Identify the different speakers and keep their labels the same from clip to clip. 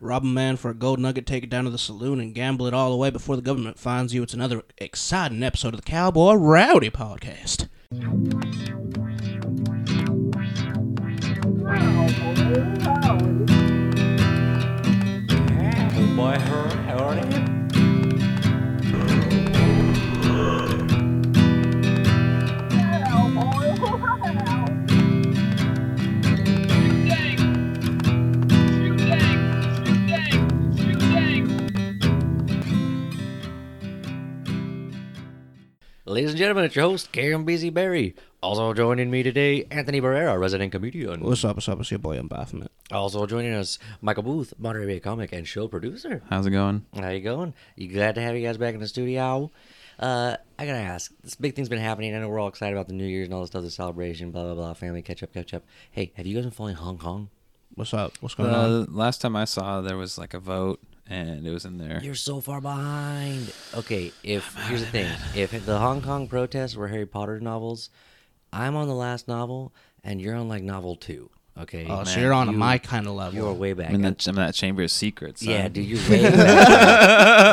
Speaker 1: Rob a man for a gold nugget, take it down to the saloon, and gamble it all away before the government finds you. It's another exciting episode of the Cowboy Rowdy Podcast.
Speaker 2: Boy, howdy. Ladies and gentlemen, it's your host, Karen Busy Berry. Also joining me today, Anthony Barrera, resident comedian.
Speaker 1: What's up? What's up? It's your boy Embodiment.
Speaker 2: Also joining us, Michael Booth, Monterey Bay comic and show producer.
Speaker 3: How's it going?
Speaker 2: How you going? You glad to have you guys back in the studio? Uh, I gotta ask. This big thing's been happening. I know we're all excited about the New Year's and all this other celebration. Blah blah blah. Family catch up, catch up. Hey, have you guys been following Hong Kong?
Speaker 1: What's up? What's going on?
Speaker 3: Uh, last time I saw, there was like a vote, and it was in there.
Speaker 2: You're so far behind. Okay, if here's the thing: if the Hong Kong protests were Harry Potter novels, I'm on the last novel, and you're on like novel two. Okay,
Speaker 1: Oh, so you're on my kind of level.
Speaker 2: you're way back.
Speaker 3: I'm in that, I'm in that chamber of secrets. huh?
Speaker 2: yeah, dude, you're way back.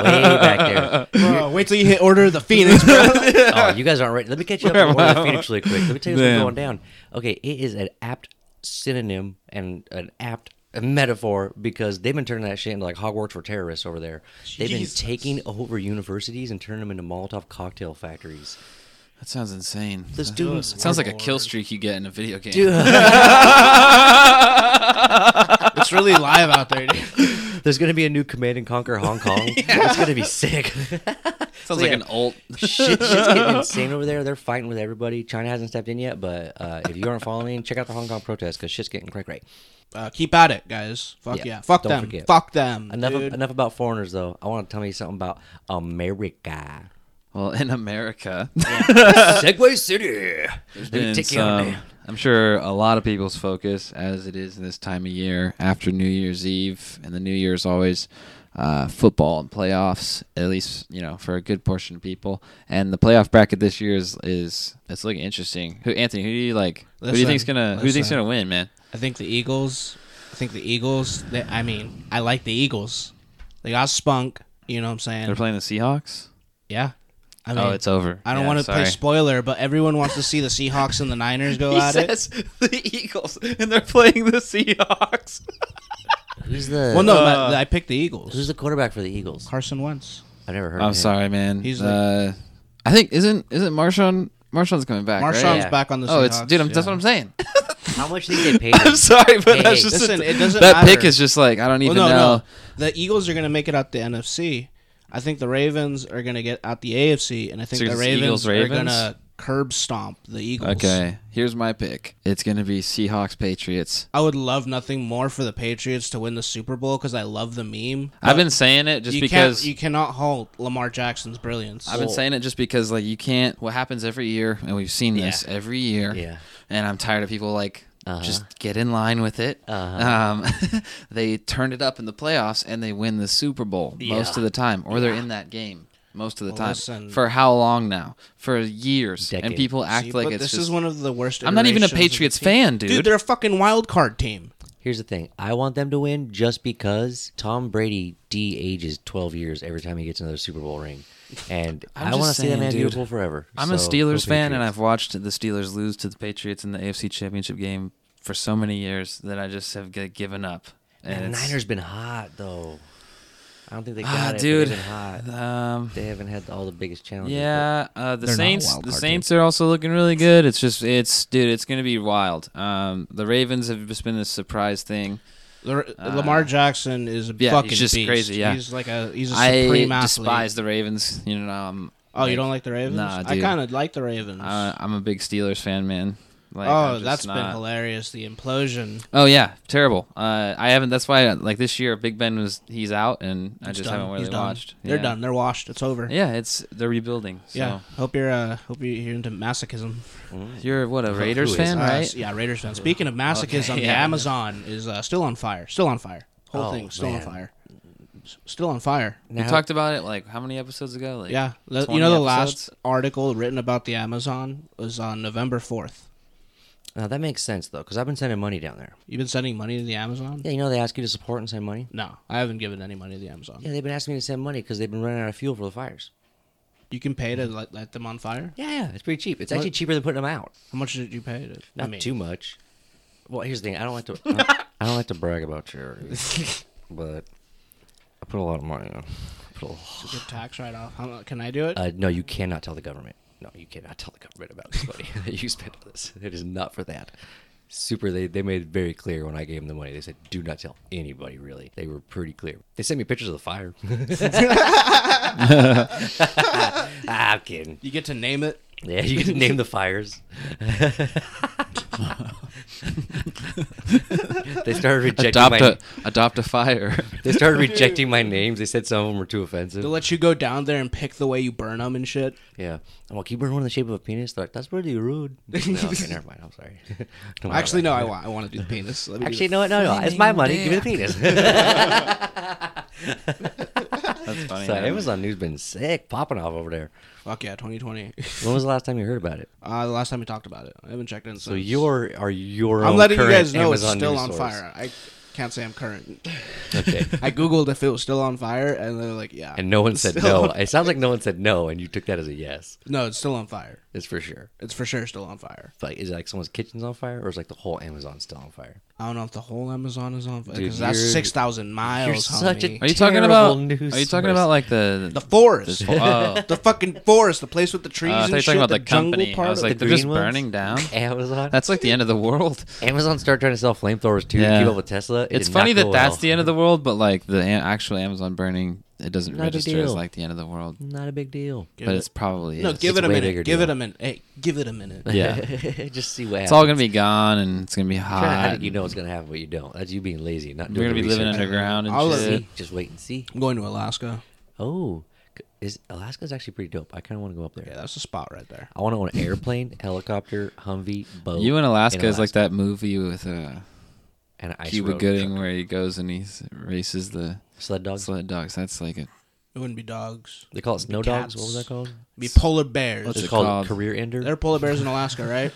Speaker 2: there. way back there.
Speaker 1: Bro, wait till you hit Order of the Phoenix, bro.
Speaker 2: oh, you guys aren't ready. Let me catch you up on Order of the
Speaker 3: Wow.
Speaker 2: Phoenix really quick. Let me tell you what's been
Speaker 3: Damn.
Speaker 2: going down. Okay, it is an apt synonym and an apt metaphor because they've been turning that shit into like Hogwarts for terrorists over there. They've
Speaker 1: Jesus.
Speaker 2: been taking over universities and turning them into Molotov cocktail factories.
Speaker 3: That sounds insane.
Speaker 2: The
Speaker 3: That-
Speaker 2: students.
Speaker 3: it sounds like a kill streak you get in a video game.
Speaker 1: it's really live out there, dude.
Speaker 2: There's gonna be a new Command and Conquer Hong Kong. It's gonna be sick.
Speaker 3: sounds
Speaker 2: so
Speaker 3: like
Speaker 2: yeah.
Speaker 3: an ult.
Speaker 2: Shit, shit's getting insane over there. They're fighting with everybody. China hasn't stepped in yet, but uh, if you aren't following, check out the Hong Kong protests because shit's getting cray cray.
Speaker 1: Uh, keep at it, guys. Fuck yeah.
Speaker 2: Yeah,
Speaker 1: Fuck
Speaker 2: don't
Speaker 1: them.
Speaker 2: forget.
Speaker 1: Fuck them.
Speaker 2: Enough,
Speaker 1: dude.
Speaker 2: enough about foreigners, though. I want to tell you something about America.
Speaker 3: Well, in America,
Speaker 2: Segway City. Let me
Speaker 3: been
Speaker 2: take you on
Speaker 3: some-
Speaker 2: there.
Speaker 3: um, I'm sure a lot of people's focus, as it is this time of year after New Year's Eve, and the New Year's always uh, football and playoffs. At least you know for a good portion of people. And the playoff bracket this year is is it's looking interesting. Who Anthony? Who do you like? who do you
Speaker 1: Listen,
Speaker 3: think's gonna Who do you think's
Speaker 1: listen.
Speaker 3: gonna win, man?
Speaker 1: I think the Eagles. I think the Eagles. They, I mean, I like the Eagles. They got spunk. You know what I'm
Speaker 3: They're
Speaker 1: saying?
Speaker 3: playing the Seahawks.
Speaker 1: Yeah. I mean,
Speaker 3: Oh, it's over.
Speaker 1: I don't
Speaker 3: Yeah,
Speaker 1: want to play
Speaker 3: sorry.
Speaker 1: spoiler, but everyone wants to see the Seahawks and the Niners go
Speaker 3: He
Speaker 1: at it.
Speaker 3: says the Eagles, and they're playing the Seahawks.
Speaker 2: Who's the
Speaker 1: Well, no,
Speaker 3: Uh,
Speaker 1: but I picked the Eagles.
Speaker 2: Who's the quarterback for the Eagles?
Speaker 1: Carson Wentz.
Speaker 2: I've never heard.
Speaker 3: I'm
Speaker 2: of him.
Speaker 3: sorry, man.
Speaker 1: He's
Speaker 3: uh, I think isn't isn't Marshawn Marshawn's coming back. right?
Speaker 1: Marshawn's
Speaker 2: Yeah.
Speaker 1: back on the.
Speaker 3: Oh, it's
Speaker 1: Seahawks,
Speaker 3: dude. I'm, That's
Speaker 1: yeah.
Speaker 3: what I'm saying.
Speaker 2: How much do you think they paid?
Speaker 3: I'm
Speaker 2: him?
Speaker 3: sorry, but
Speaker 2: Hey,
Speaker 3: that's just
Speaker 1: listen, it doesn't
Speaker 3: that pick
Speaker 1: matter.
Speaker 3: is just like I don't
Speaker 1: Well,
Speaker 3: even
Speaker 1: no,
Speaker 3: know.
Speaker 1: no. The Eagles are going to make it out the NFC. I think the Ravens are going to get out the AFC, and I think
Speaker 3: So
Speaker 1: the
Speaker 3: it's
Speaker 1: Ravens,
Speaker 3: Eagles,
Speaker 1: are
Speaker 3: Ravens?
Speaker 1: going to curb stomp the Eagles.
Speaker 3: Okay, here's my pick. It's gonna be Seahawks Patriots.
Speaker 1: I would love nothing more for the Patriots to win the Super Bowl because I love the meme.
Speaker 3: I've been saying it just
Speaker 1: you
Speaker 3: because
Speaker 1: can't, you cannot halt Lamar Jackson's brilliance.
Speaker 3: I've been saying it just because like you can't. What happens every year, and we've seen this every year.
Speaker 2: Yeah.
Speaker 3: And I'm tired of people like just get in line with it. Um, they turned it up in the playoffs and they win the Super Bowl most of the time, or they're in that game most of the time.
Speaker 1: listen.
Speaker 3: For how long now? For years,
Speaker 2: Decades.
Speaker 3: and people act
Speaker 1: See,
Speaker 3: like
Speaker 1: but
Speaker 3: it's
Speaker 1: this
Speaker 3: just.
Speaker 1: is one of the worst.
Speaker 3: I'm not even
Speaker 1: iterations
Speaker 3: a
Speaker 1: of the
Speaker 3: Patriots
Speaker 1: team.
Speaker 3: fan, dude.
Speaker 1: Dude, they're a fucking wild card team.
Speaker 2: Here's the thing. I want them to win just because Tom Brady de ages 12 years every time he gets another Super Bowl ring, and
Speaker 3: I'm
Speaker 2: I
Speaker 3: just
Speaker 2: want to see that
Speaker 3: saying,
Speaker 2: man
Speaker 3: dude.
Speaker 2: beautiful forever.
Speaker 3: I'm a
Speaker 2: So, go
Speaker 3: Steelers fan, and
Speaker 2: Patriots.
Speaker 3: I've watched the Steelers lose to the Patriots in the AFC Championship game for so many years that I just have g- given up. And
Speaker 2: The
Speaker 3: it's-
Speaker 2: Niners been hot though. I don't think they got
Speaker 3: Ah,
Speaker 2: it. but
Speaker 3: dude.
Speaker 2: they've been hot.
Speaker 3: Um,
Speaker 2: They haven't had all the biggest challenges.
Speaker 3: Yeah, uh, the
Speaker 1: They're not a
Speaker 3: Saints.
Speaker 1: wild
Speaker 3: The
Speaker 1: card
Speaker 3: Saints are also looking really good. It's just, it's dude, it's gonna be wild. Um, the Ravens have just been a surprise thing.
Speaker 1: They're- Lamar Jackson is a
Speaker 3: Uh, yeah,
Speaker 1: fucking
Speaker 3: he's just
Speaker 1: beast.
Speaker 3: crazy, yeah.
Speaker 1: he's like a he's a
Speaker 3: I
Speaker 1: supreme athlete.
Speaker 3: despise the Ravens. You know, um, I'm.
Speaker 1: Oh, you don't like the Ravens?
Speaker 3: Nah,
Speaker 1: I
Speaker 3: dude.
Speaker 1: kind of like the Ravens.
Speaker 3: Uh, I'm a big Steelers fan, man. Like, I'm
Speaker 1: oh,
Speaker 3: just
Speaker 1: that's been
Speaker 3: not-
Speaker 1: hilarious. The implosion.
Speaker 3: Oh yeah, terrible. Uh, I haven't. That's why, like this year, Big Ben was he's out, and I
Speaker 1: It's
Speaker 3: just
Speaker 1: done.
Speaker 3: haven't really
Speaker 1: He's done.
Speaker 3: watched.
Speaker 1: They're
Speaker 3: Yeah.
Speaker 1: done. They're washed. It's over.
Speaker 3: Yeah, it's they're rebuilding. So.
Speaker 1: Yeah. Hope you're uh hope you're into masochism.
Speaker 3: You're what a Raiders
Speaker 2: is
Speaker 3: fan,
Speaker 1: Uh,
Speaker 3: right?
Speaker 1: s- yeah, Raiders fan. Speaking of masochism,
Speaker 3: Okay,
Speaker 1: the
Speaker 3: yeah.
Speaker 1: Amazon is uh, still on fire. Still on fire. Whole
Speaker 2: Oh,
Speaker 1: thing still on
Speaker 2: man.
Speaker 1: fire. S- Still on fire.
Speaker 3: We talked about it like how many episodes ago? Like
Speaker 1: Yeah. The- you
Speaker 3: 20
Speaker 1: know the last
Speaker 3: episodes?
Speaker 1: article written about the Amazon was on November 4th.
Speaker 2: Now, that makes sense though, because I've been sending money down there.
Speaker 1: You've been sending money to the Amazon?
Speaker 2: Yeah, you know they ask you to support and send money.
Speaker 1: No, I haven't given any money to the Amazon.
Speaker 2: Yeah, they've been asking me to send money because they've been running out of fuel for the fires.
Speaker 1: You can pay to light, light them on fire.
Speaker 2: Yeah, yeah, it's pretty cheap. It's actually cheaper than putting them out.
Speaker 1: How much did you pay? To,
Speaker 2: Not
Speaker 1: I mean,
Speaker 2: too much. Well, here's the thing. I don't like to. I don't- I don't like to brag about charities, but I put a lot of money on. Put a lot.
Speaker 1: Good tax write off. How, mu- can I do it?
Speaker 2: Uh, no, you cannot tell the government. No, you cannot tell the government about this money that you spent on this. It is not for that. Super. They they made it very clear when I gave them the money. They said, "Do not tell anybody." Really, they were pretty clear. They sent me pictures of the fire. ah, I'm kidding.
Speaker 1: you get to name it.
Speaker 2: Yeah, you can name the fires. they started rejecting
Speaker 3: Adopt
Speaker 2: my.
Speaker 3: a adopt a fire.
Speaker 2: They started rejecting my names. They said some of them were too offensive.
Speaker 1: They'll let you go down there and pick the way you burn them and shit.
Speaker 2: Yeah, I'm like, you burn one in the shape of a penis. They're like, that's pretty rude. No, okay, never mind. I'm sorry. Don't worry
Speaker 1: Actually, no,
Speaker 2: about
Speaker 1: I want I want to do the penis. Let
Speaker 2: it.
Speaker 1: me do
Speaker 2: Actually,
Speaker 1: the-
Speaker 2: no, no, no. It's my money. Give me the penis.
Speaker 3: That's funny.
Speaker 2: so
Speaker 3: man.
Speaker 2: Amazon news been sick, popping off over there.
Speaker 1: Fuck yeah, 2020.
Speaker 2: When was the last time you heard about it?
Speaker 1: uh, the last time we talked about it, I haven't checked in since.
Speaker 2: So your are your.
Speaker 1: I'm
Speaker 2: own
Speaker 1: letting you
Speaker 2: current
Speaker 1: guys know
Speaker 2: Amazon
Speaker 1: it's still
Speaker 2: news
Speaker 1: on
Speaker 2: source.
Speaker 1: fire. I can't say I'm current.
Speaker 2: Okay.
Speaker 1: I googled if it was still on fire, and they're like, yeah.
Speaker 2: And no one said
Speaker 1: Still
Speaker 2: no. It sounds like no one said no, and you took that as a yes.
Speaker 1: no, it's still on fire.
Speaker 2: It's for sure.
Speaker 1: It's for sure still on fire.
Speaker 2: It's like, is it like someone's kitchen's on fire, or is like the whole Amazon still on fire?
Speaker 1: I don't know if the whole Amazon is on fire
Speaker 2: Dude,
Speaker 1: because that's
Speaker 2: you're-
Speaker 1: six thousand miles.
Speaker 2: you're such a-
Speaker 1: homie.
Speaker 3: Are you talking
Speaker 2: Terrible
Speaker 3: about?
Speaker 2: news
Speaker 3: Are you talking
Speaker 2: source.
Speaker 3: about like the?
Speaker 1: the forest,
Speaker 3: oh, uh,
Speaker 1: the fucking forest, the place with the trees
Speaker 3: I
Speaker 1: and
Speaker 3: thought you were
Speaker 1: shit.
Speaker 3: talking about the,
Speaker 1: jungle
Speaker 3: company.
Speaker 1: part.
Speaker 3: I was
Speaker 1: of
Speaker 3: like,
Speaker 1: the-
Speaker 3: they're
Speaker 2: green
Speaker 3: just
Speaker 2: ones?
Speaker 3: burning down.
Speaker 2: Amazon.
Speaker 3: That's like the end of the world.
Speaker 2: Amazon started trying to sell flamethrowers too to
Speaker 3: Yeah.
Speaker 2: keep up with Tesla. It
Speaker 3: It's
Speaker 2: did not
Speaker 3: funny
Speaker 2: go
Speaker 3: that
Speaker 2: well.
Speaker 3: that's the end of the world, but like the an- actual Amazon burning, it doesn't
Speaker 2: Not a big
Speaker 3: register as
Speaker 2: deal.
Speaker 3: like the end of the world.
Speaker 2: Not a big deal.
Speaker 1: Give
Speaker 3: but
Speaker 1: it-
Speaker 3: it's probably
Speaker 1: no,
Speaker 3: is.
Speaker 1: give it
Speaker 2: it's
Speaker 1: a
Speaker 2: way
Speaker 1: minute.
Speaker 2: bigger
Speaker 1: Give
Speaker 2: deal.
Speaker 1: it a minute. Hey, give it a minute.
Speaker 3: Yeah.
Speaker 2: just see what
Speaker 3: It's
Speaker 2: happens.
Speaker 3: all gonna be gone, and it's gonna be
Speaker 2: I'm trying to-
Speaker 3: hot.
Speaker 2: How do you know it's gonna happen, but you don't? That's you being lazy, and not
Speaker 3: We're
Speaker 2: doing
Speaker 3: gonna be
Speaker 2: the
Speaker 3: living
Speaker 2: research.
Speaker 3: underground and
Speaker 1: I'll
Speaker 2: Just
Speaker 3: shit.
Speaker 2: see. Just wait and see.
Speaker 1: I'm going to Alaska.
Speaker 2: Oh, c- is Alaska's actually pretty dope? I kind of want to go up there.
Speaker 1: Yeah, that's a spot right there.
Speaker 2: I want to own an airplane, helicopter, Humvee, boat.
Speaker 3: You in Alaska, is like that movie with uh,
Speaker 2: and an ice
Speaker 3: Cuba
Speaker 2: road
Speaker 3: Gooding
Speaker 2: truck.
Speaker 3: where he goes and he s- races the
Speaker 2: sled dogs.
Speaker 3: sled dogs. That's like a
Speaker 1: It wouldn't be dogs.
Speaker 2: They call it snow dogs. What was
Speaker 1: cats.
Speaker 2: that called?
Speaker 1: It'd be polar bears.
Speaker 3: What's
Speaker 2: It's
Speaker 3: it
Speaker 2: called,
Speaker 3: called?
Speaker 2: career ender.
Speaker 1: They're polar bears in Alaska, right?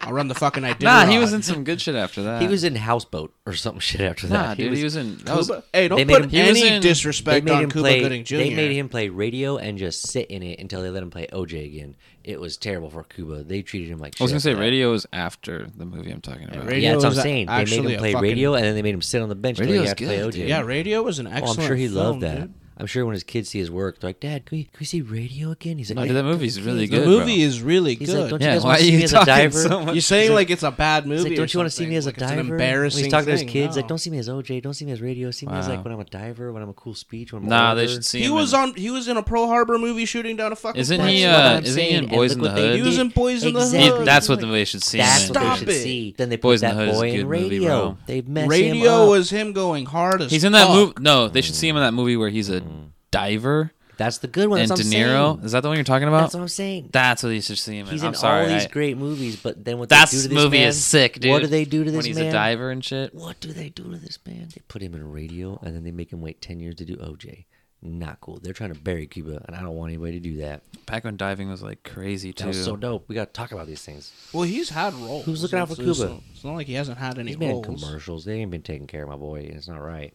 Speaker 1: I'll run the fucking idea.
Speaker 3: nah. He was in some good shit after that.
Speaker 2: he was in houseboat or some shit after that.
Speaker 3: nah, dude. He was in. That was,
Speaker 1: Cuba. Hey, don't
Speaker 2: they made
Speaker 1: put
Speaker 2: him-
Speaker 3: he was
Speaker 1: any
Speaker 3: in-
Speaker 2: they
Speaker 1: disrespect
Speaker 2: made
Speaker 1: on
Speaker 2: him
Speaker 1: Cuba
Speaker 2: play.
Speaker 1: Gooding Jr.
Speaker 2: They made him play radio and just sit in it until they let him play OJ again. It was terrible for Cuba. They treated him like.
Speaker 3: I was
Speaker 2: shit
Speaker 3: gonna say
Speaker 2: after that.
Speaker 3: radio was after the movie I'm talking about.
Speaker 1: radio-
Speaker 2: Yeah, that's what
Speaker 1: was
Speaker 2: I'm saying. They made
Speaker 1: actually
Speaker 2: him
Speaker 1: a
Speaker 2: play
Speaker 1: fucking-
Speaker 2: radio and then they made him sit on the bench until he
Speaker 3: Radio's
Speaker 2: had to play
Speaker 3: good,
Speaker 2: OJ.
Speaker 3: dude.
Speaker 1: Yeah, radio was an
Speaker 2: Oh,
Speaker 1: excellent.
Speaker 2: I'm sure he
Speaker 1: film,
Speaker 2: loved that.
Speaker 1: dude.
Speaker 2: I'm sure when his kids see his work, they're like, "Dad, can we, can we see radio again?" He's like,
Speaker 3: No,
Speaker 2: "Yeah,
Speaker 3: dude, that
Speaker 2: go
Speaker 3: movie's
Speaker 2: see
Speaker 3: really
Speaker 2: it."
Speaker 1: The
Speaker 3: Good,
Speaker 1: movie
Speaker 3: bro.
Speaker 1: is really
Speaker 2: He's like,
Speaker 1: good.
Speaker 2: "Don't you
Speaker 3: Yeah,
Speaker 2: guys
Speaker 3: why
Speaker 2: want
Speaker 3: are
Speaker 2: to see
Speaker 3: you
Speaker 2: me as a
Speaker 3: talking
Speaker 2: diver?"
Speaker 3: so much?
Speaker 1: You're saying like it's a bad movie.
Speaker 2: He's like,
Speaker 1: or
Speaker 2: "Don't you want to see
Speaker 1: something.
Speaker 2: me as a
Speaker 1: Like, it's
Speaker 2: diver?"
Speaker 1: An
Speaker 2: When
Speaker 1: embarrassing.
Speaker 2: He's talking to his
Speaker 1: thing,
Speaker 2: kids,
Speaker 1: no.
Speaker 2: like, "Don't see me as OJ. Don't see me as radio. See me as
Speaker 3: Wow.
Speaker 2: like when I'm a diver, when I'm a cool speech, when I'm
Speaker 3: Nah,
Speaker 2: older."
Speaker 3: they should see
Speaker 1: He
Speaker 3: him.
Speaker 1: was
Speaker 3: in-
Speaker 1: on. He was in a Pearl Harbor movie shooting down a fucking.
Speaker 3: Isn't
Speaker 1: plane.
Speaker 3: he,
Speaker 2: That's what
Speaker 3: uh,
Speaker 2: I'm
Speaker 3: isn't he
Speaker 2: saying,
Speaker 3: in
Speaker 2: and
Speaker 3: Boys
Speaker 2: look
Speaker 3: in the
Speaker 2: what they
Speaker 3: Hood?
Speaker 1: He was
Speaker 2: did.
Speaker 1: in Boys in the
Speaker 2: Exactly.
Speaker 1: Hood.
Speaker 3: He- that's what the movie should see.
Speaker 2: That's
Speaker 1: Stop
Speaker 2: what they should
Speaker 1: it.
Speaker 2: see. Then they put
Speaker 3: Boys in
Speaker 2: that
Speaker 3: the Hood is a
Speaker 2: boy in
Speaker 3: good movie,
Speaker 2: radio.
Speaker 3: bro.
Speaker 2: They mess him
Speaker 1: Radio
Speaker 2: up.
Speaker 1: was him going hard as.
Speaker 3: He's in that
Speaker 1: fuck.
Speaker 3: movie. No, they should see him in that movie where he's a diver
Speaker 2: That's the good one.
Speaker 3: and
Speaker 2: Mm. That's
Speaker 3: De
Speaker 2: what I'm
Speaker 3: Niro.
Speaker 2: saying.
Speaker 3: Is that the one you're talking about?
Speaker 2: That's what I'm saying.
Speaker 3: That's what you should see him in.
Speaker 2: He's
Speaker 3: I'm
Speaker 2: in
Speaker 3: sorry.
Speaker 2: all these
Speaker 3: I-
Speaker 2: great movies, but then what
Speaker 3: That's
Speaker 2: they do to this
Speaker 3: movie
Speaker 2: man,
Speaker 3: is sick, dude.
Speaker 2: What do they do to this
Speaker 3: when he's
Speaker 2: man?
Speaker 3: a diver and shit?
Speaker 2: What do they do to this man? They put him in a radio and then they make him wait 10 years to do OJ. Not cool. They're trying to bury Cuba, and I don't want anybody to do that.
Speaker 3: Back when diving was like crazy
Speaker 2: That
Speaker 3: too.
Speaker 2: was so dope. We got to talk about these things.
Speaker 1: Well, he's had roles.
Speaker 2: Who's looking out for
Speaker 1: It's- it's
Speaker 2: Cuba?
Speaker 1: not- It's not like he hasn't had any
Speaker 2: These man
Speaker 1: roles.
Speaker 2: commercials, they ain't been taking care of my boy, and it's not right.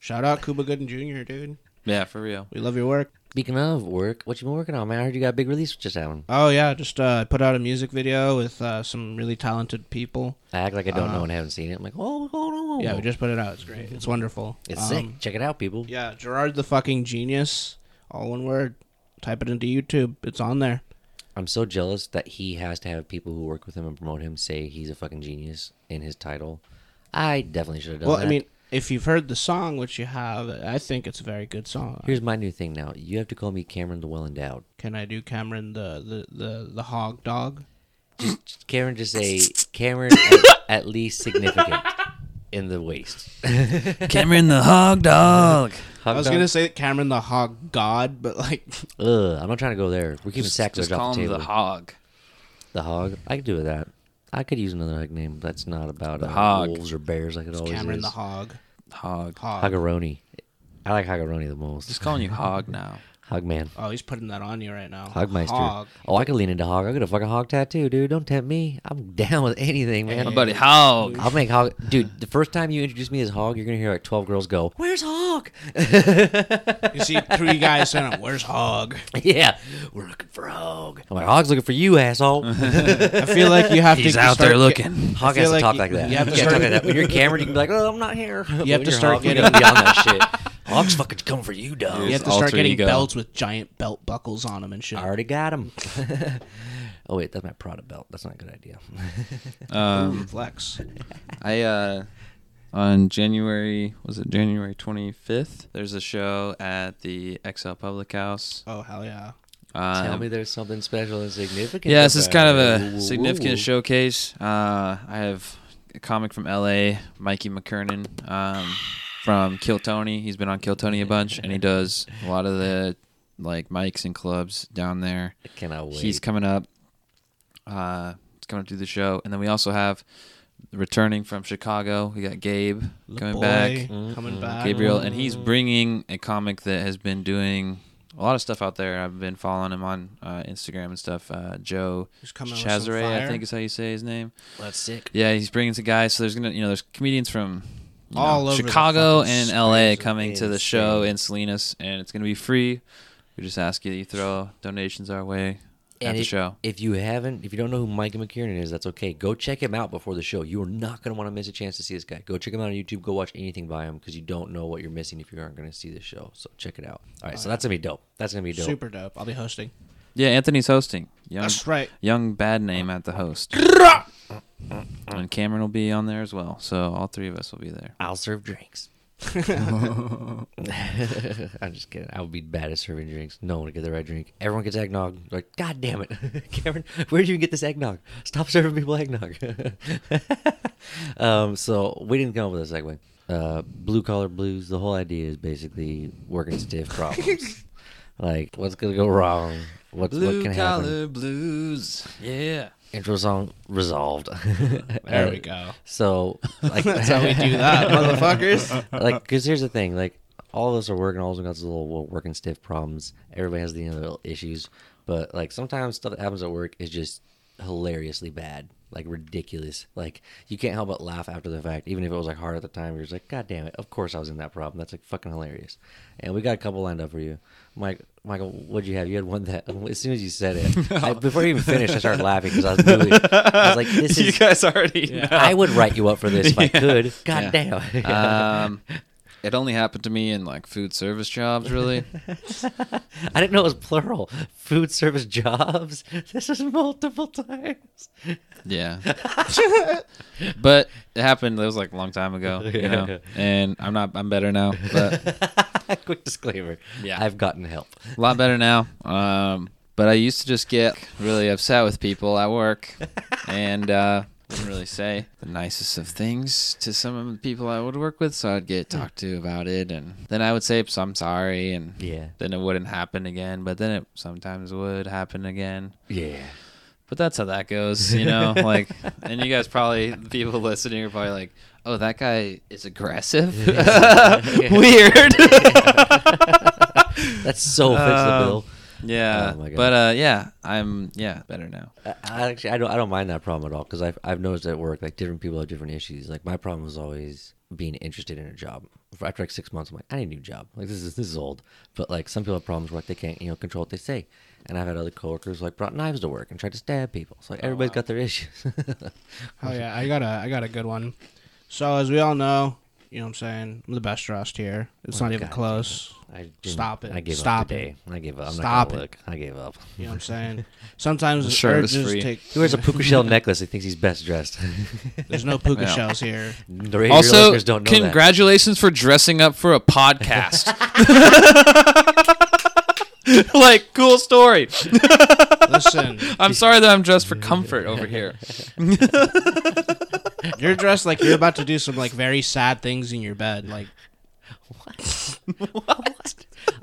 Speaker 1: Shout out Cuba Gooden Jr., dude.
Speaker 3: yeah, for real.
Speaker 1: We love your work.
Speaker 2: Speaking of work, what you been working on, man? I heard you got a big release just happened.
Speaker 1: Oh yeah, just uh, put out a music video with uh, some really talented people.
Speaker 2: I act like I don't know and haven't seen it. I'm like, oh, what's going on?
Speaker 1: Uh, Yeah, we just put it out. It's great. It's wonderful.
Speaker 2: it's
Speaker 1: Um,
Speaker 2: sick. Check it out, people.
Speaker 1: Yeah, Gerard the fucking genius. All one word. Type it into YouTube. It's on there.
Speaker 2: I'm so jealous that he has to have people who work with him and promote him say he's a fucking genius in his title. I definitely should have done
Speaker 1: Well,
Speaker 2: that.
Speaker 1: I mean, if you've heard the song, which you have, I think it's a very good song.
Speaker 2: here's my new thing now. You have to call me Cameron the Well Endowed.
Speaker 1: Can I do Cameron the the the, the hog dog?
Speaker 2: Just Cameron, just say Cameron at, at least significant in the waist.
Speaker 3: Cameron the hog dog.
Speaker 1: I was gonna say Cameron the hog god, but like
Speaker 2: Ugh, I'm not trying to go there. We're keeping
Speaker 3: Just,
Speaker 2: sacrilege
Speaker 3: just call
Speaker 2: off the
Speaker 3: him
Speaker 2: table.
Speaker 3: the hog.
Speaker 2: The hog. I could do with that. I could use another nickname. That's not about uh,
Speaker 3: hog.
Speaker 2: wolves or bears like it always
Speaker 1: Cameron
Speaker 2: is.
Speaker 1: the hog.
Speaker 3: Hog.
Speaker 1: Hog.
Speaker 2: Hoggeroni. I like Hoggeroni the most.
Speaker 3: Just calling you hog now.
Speaker 2: Hogman.
Speaker 1: Oh, he's putting that on you right now.
Speaker 2: Hogmeister.
Speaker 1: Hog.
Speaker 2: Oh, I could lean into hog. I could a fucking hog tattoo, dude. Don't tempt me. I'm down with anything, man.
Speaker 3: My buddy Hog.
Speaker 2: I'll make hog, dude. The first time you introduce me as hog, you're gonna hear like twelve girls go, "Where's hog?"
Speaker 1: You see three guys saying, "Where's Hog?"
Speaker 2: yeah, we're looking for hog. I'm like, hog's looking for you, asshole.
Speaker 1: I feel like you have
Speaker 3: He's
Speaker 1: to.
Speaker 3: out
Speaker 1: start get-
Speaker 3: there looking.
Speaker 2: hog
Speaker 1: I feel
Speaker 2: has to
Speaker 1: like
Speaker 2: talk
Speaker 1: you-
Speaker 2: like that.
Speaker 1: you have to
Speaker 2: can't talk
Speaker 1: start-
Speaker 2: like that. When you're Cameron, you can be like, "Oh, I'm not here." But
Speaker 1: have
Speaker 2: when
Speaker 1: to
Speaker 2: you're
Speaker 1: start
Speaker 2: hog, you're
Speaker 1: getting-
Speaker 2: gonna be on that shit. Hog's fucking coming for you, dog.
Speaker 1: You
Speaker 3: His
Speaker 1: have to start
Speaker 3: alter
Speaker 1: getting
Speaker 3: ego.
Speaker 1: belts with giant belt buckles on them and shit.
Speaker 2: I already got him. oh wait, that's my Prada belt. That's not a good idea.
Speaker 3: Um,
Speaker 1: Flex.
Speaker 3: I uh on January was it January 25th? There's a show at the XL Public House.
Speaker 1: Oh hell yeah!
Speaker 3: Uh,
Speaker 2: Tell me there's something special and significant.
Speaker 3: yeah, this is
Speaker 2: about
Speaker 3: kind of
Speaker 2: it.
Speaker 3: a significant showcase. Uh, I have a comic from LA, Mikey McKernan, um, from Kill Tony. He's been on Kill Tony a bunch, and he does a lot of the like mics and clubs down there.
Speaker 2: Can I wait?
Speaker 3: He's coming up. Uh, he's coming up to the show, and then we also have returning from Chicago. We got Gabe
Speaker 1: The
Speaker 3: coming
Speaker 1: boy
Speaker 3: back. Mm-hmm.
Speaker 1: coming back. Mm-hmm.
Speaker 3: Gabriel, and he's bringing a comic that has been doing a lot of stuff out there. I've been following him on uh, Instagram and stuff. Uh, Joe
Speaker 1: He's coming with some
Speaker 3: Chazare, I
Speaker 1: fire.
Speaker 3: think is how you say his name.
Speaker 2: that's sick.
Speaker 3: Yeah, he's bringing some guys. So there's gonna, you know, there's comedians from you
Speaker 1: All
Speaker 3: know,
Speaker 1: over the
Speaker 3: Chicago
Speaker 1: fucking
Speaker 3: and
Speaker 1: space.
Speaker 3: L.A. coming to the
Speaker 2: Insane.
Speaker 3: show in Salinas, and it's gonna be free. We just ask you that you throw donations our way at
Speaker 2: And
Speaker 3: the
Speaker 2: if,
Speaker 3: show.
Speaker 2: if you haven't, if you don't know who Mike McKiernan is, that's okay. Go check him out before the show. You are not going to want to miss a chance to see this guy. Go check him out on YouTube. Go watch anything by him because you don't know what you're missing if you aren't going to see this show. So check it out. All right, so that's gonna be dope. That's gonna be dope.
Speaker 1: super dope. I'll be hosting.
Speaker 3: Yeah, Anthony's hosting. Young,
Speaker 1: That's right.
Speaker 3: Young bad name at the host. and Cameron will be on there as well. So all three of us will be there.
Speaker 2: I'll serve drinks. I'm just kidding. I would be bad at serving drinks. No one would get the right drink. Everyone gets eggnog. Like, God damn it, Cameron, where did you get this eggnog? Stop serving people eggnog. um, so we didn't come up with a segue. Uh, blue collar blues. The whole idea is basically working stiff problems. like, what's gonna go wrong? What's what can happen?
Speaker 3: blues. Yeah.
Speaker 2: Intro song resolved.
Speaker 1: There we go.
Speaker 2: So, like,
Speaker 1: That's how we do that, motherfuckers.
Speaker 2: like because here's the thing like all of us are working all of us got these little wo- working stiff problems everybody has the little issues but like sometimes stuff that happens at work is just hilariously bad like ridiculous like you can't help but laugh after the fact even if it was like hard at the time you're just like god damn it of course i was in that problem that's like fucking hilarious and we got a couple lined up for you mike michael what'd you have you had one that as soon as you said it I, before you even finished i started laughing because i was really, i was like this
Speaker 3: you
Speaker 2: is
Speaker 3: guys already. know.
Speaker 2: i would write you up for this if i could god
Speaker 3: Yeah.
Speaker 2: damn
Speaker 3: Um, it only happened to me in like food service jobs, really.
Speaker 2: I didn't know it was plural. Food service jobs. This is multiple times.
Speaker 3: Yeah. but it happened. It was like a long time ago, you know. And I'm not. I'm better now, but
Speaker 2: Quick disclaimer.
Speaker 3: Yeah.
Speaker 2: I've gotten help.
Speaker 3: a lot better now. Um, but I used to just get really upset with people at work, and uh, wouldn't really say the nicest of things to some of the people I would work with. So I'd get talked to about it, and then I would say, "So "I'm sorry," and
Speaker 2: Yeah.
Speaker 3: then it wouldn't happen again. But then it sometimes would happen again.
Speaker 2: Yeah.
Speaker 3: But that's how that goes, you know. Like, and you guys probably the people listening are probably like, "Oh, that guy is aggressive." Weird.
Speaker 2: That's so fits the
Speaker 3: Um,
Speaker 2: bill.
Speaker 3: yeah,
Speaker 2: Oh my God.
Speaker 3: but uh, yeah, I'm yeah better now.
Speaker 2: I, I actually I don't I don't mind that problem at all because I've I've noticed at work like different people have different issues. Like my problem was always being interested in a job. After like six months, I'm like I need a new job. Like this is this is old. But like some people have problems where like they can't you know control what they say. And I've had other coworkers who, like brought knives to work and tried to stab people. So like everybody's got their issues.
Speaker 1: Oh yeah, I got a I got a good one. So as we all know, you know what I'm saying, I'm the best dressed here. It's not even
Speaker 2: God
Speaker 1: close.
Speaker 2: I didn't-
Speaker 1: Stop it.
Speaker 2: I gave
Speaker 1: Stop
Speaker 2: up today. I gave up. I'm
Speaker 1: Stop
Speaker 2: not
Speaker 1: it.
Speaker 2: gonna look. I gave up.
Speaker 1: You know what I'm saying? Sometimes the
Speaker 3: shirt is
Speaker 1: urges
Speaker 3: free.
Speaker 1: take
Speaker 2: He wears a puka shell necklace. He thinks he's best dressed.
Speaker 1: there's no puka
Speaker 3: Yeah.
Speaker 1: shells here.
Speaker 2: The radio
Speaker 3: Also,
Speaker 2: listeners don't know that.
Speaker 3: congratulations for dressing up for a podcast. like, cool story.
Speaker 1: Listen,
Speaker 3: I'm sorry that I'm dressed for comfort over here.
Speaker 1: you're dressed like you're about to do some like very sad things in your bed. Like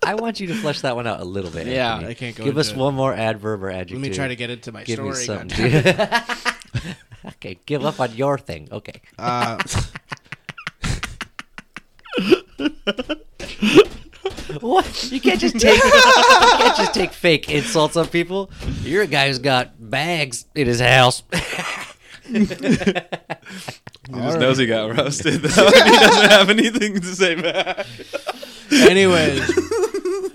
Speaker 2: I want you to flesh that one out a little bit.
Speaker 3: Yeah,
Speaker 2: Anthony.
Speaker 1: I can't go
Speaker 2: Give us
Speaker 1: into it.
Speaker 2: one more adverb or adjective.
Speaker 1: let me try to get into my
Speaker 2: Give me
Speaker 1: story.
Speaker 2: something.
Speaker 1: goddamn.
Speaker 2: dude. okay, give up on your thing. Okay.
Speaker 1: Uh,
Speaker 2: What? You can't just take you can't just take fake insults on people. You're a guy who's got bags in his house.
Speaker 4: He just knows he got roasted, though, and he doesn't have anything to say back.
Speaker 1: Anyways,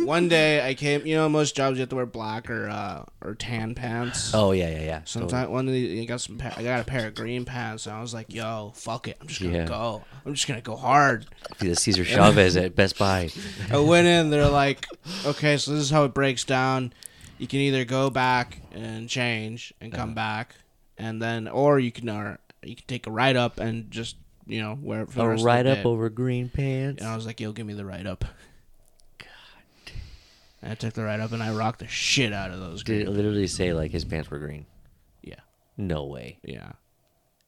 Speaker 1: one day I came. You know, most jobs you have to wear black or uh, or tan pants.
Speaker 2: oh yeah, yeah, yeah.
Speaker 1: Sometimes one of these, I got some. Pa- I got a pair of green pants, and I was like, "Yo, fuck it, I'm just gonna
Speaker 2: Yeah.
Speaker 1: go. I'm just gonna go hard."
Speaker 2: Be the Cesar Chavez at Best Buy.
Speaker 1: I went in. They're like, "Okay, so this is how it breaks down. You can either go back and change and
Speaker 2: Uh-huh.
Speaker 1: come back, and then, or you can, or you can take a ride up and just, you know, wear it for the
Speaker 2: A
Speaker 1: rest of
Speaker 2: write
Speaker 1: the
Speaker 2: up
Speaker 1: day."
Speaker 2: over green pants.
Speaker 1: And I was like, "Yo, give me the ride up." God. And I took the ride up, and I rocked the shit out of those.
Speaker 2: Did it
Speaker 1: green-
Speaker 2: literally say like his pants were green?
Speaker 1: Yeah,
Speaker 2: No way.
Speaker 1: yeah.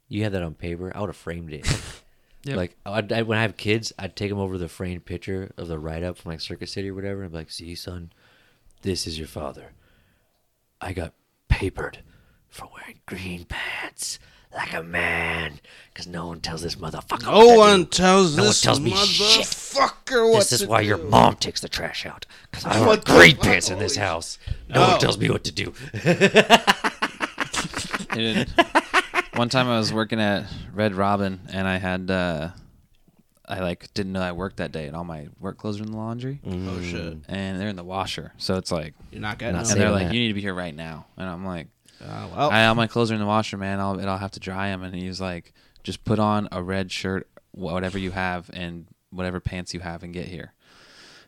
Speaker 2: You had that on paper. I would have framed it.
Speaker 3: Yep.
Speaker 2: Like I'd, i when I have kids, I'd take them over to the framed picture of the write up from like Circuit City or whatever, and be like, "See, son, this is your father. I got papered for wearing green pants like a man, because no one tells this motherfucker. what
Speaker 1: No
Speaker 2: to
Speaker 1: one
Speaker 2: do.
Speaker 1: tells
Speaker 2: No one
Speaker 1: this
Speaker 2: tells me shit.
Speaker 1: motherfucker what
Speaker 2: This is
Speaker 1: to
Speaker 2: why
Speaker 1: do.
Speaker 2: your mom takes the trash out, because I wear
Speaker 1: What the
Speaker 2: green
Speaker 1: fuck?
Speaker 2: pants in this
Speaker 1: Holy
Speaker 2: house. No
Speaker 1: No.
Speaker 2: one tells me what to do.
Speaker 3: I did. One time I was working at Red Robin and I had uh I like didn't know I worked that day and all my work clothes were in the laundry
Speaker 2: Mm.
Speaker 1: Oh shit!
Speaker 3: and they're in the washer. So it's like
Speaker 1: You're not getting.
Speaker 2: Not
Speaker 1: them.
Speaker 3: and they're
Speaker 2: Oh. Saving
Speaker 3: like
Speaker 2: that.
Speaker 3: you need to be here right now. And I'm like
Speaker 1: Oh, well,
Speaker 3: I, all my clothes are in the washer, man. I'll I'll have to dry them and he's like just put on a red shirt whatever you have and whatever pants you have and get here.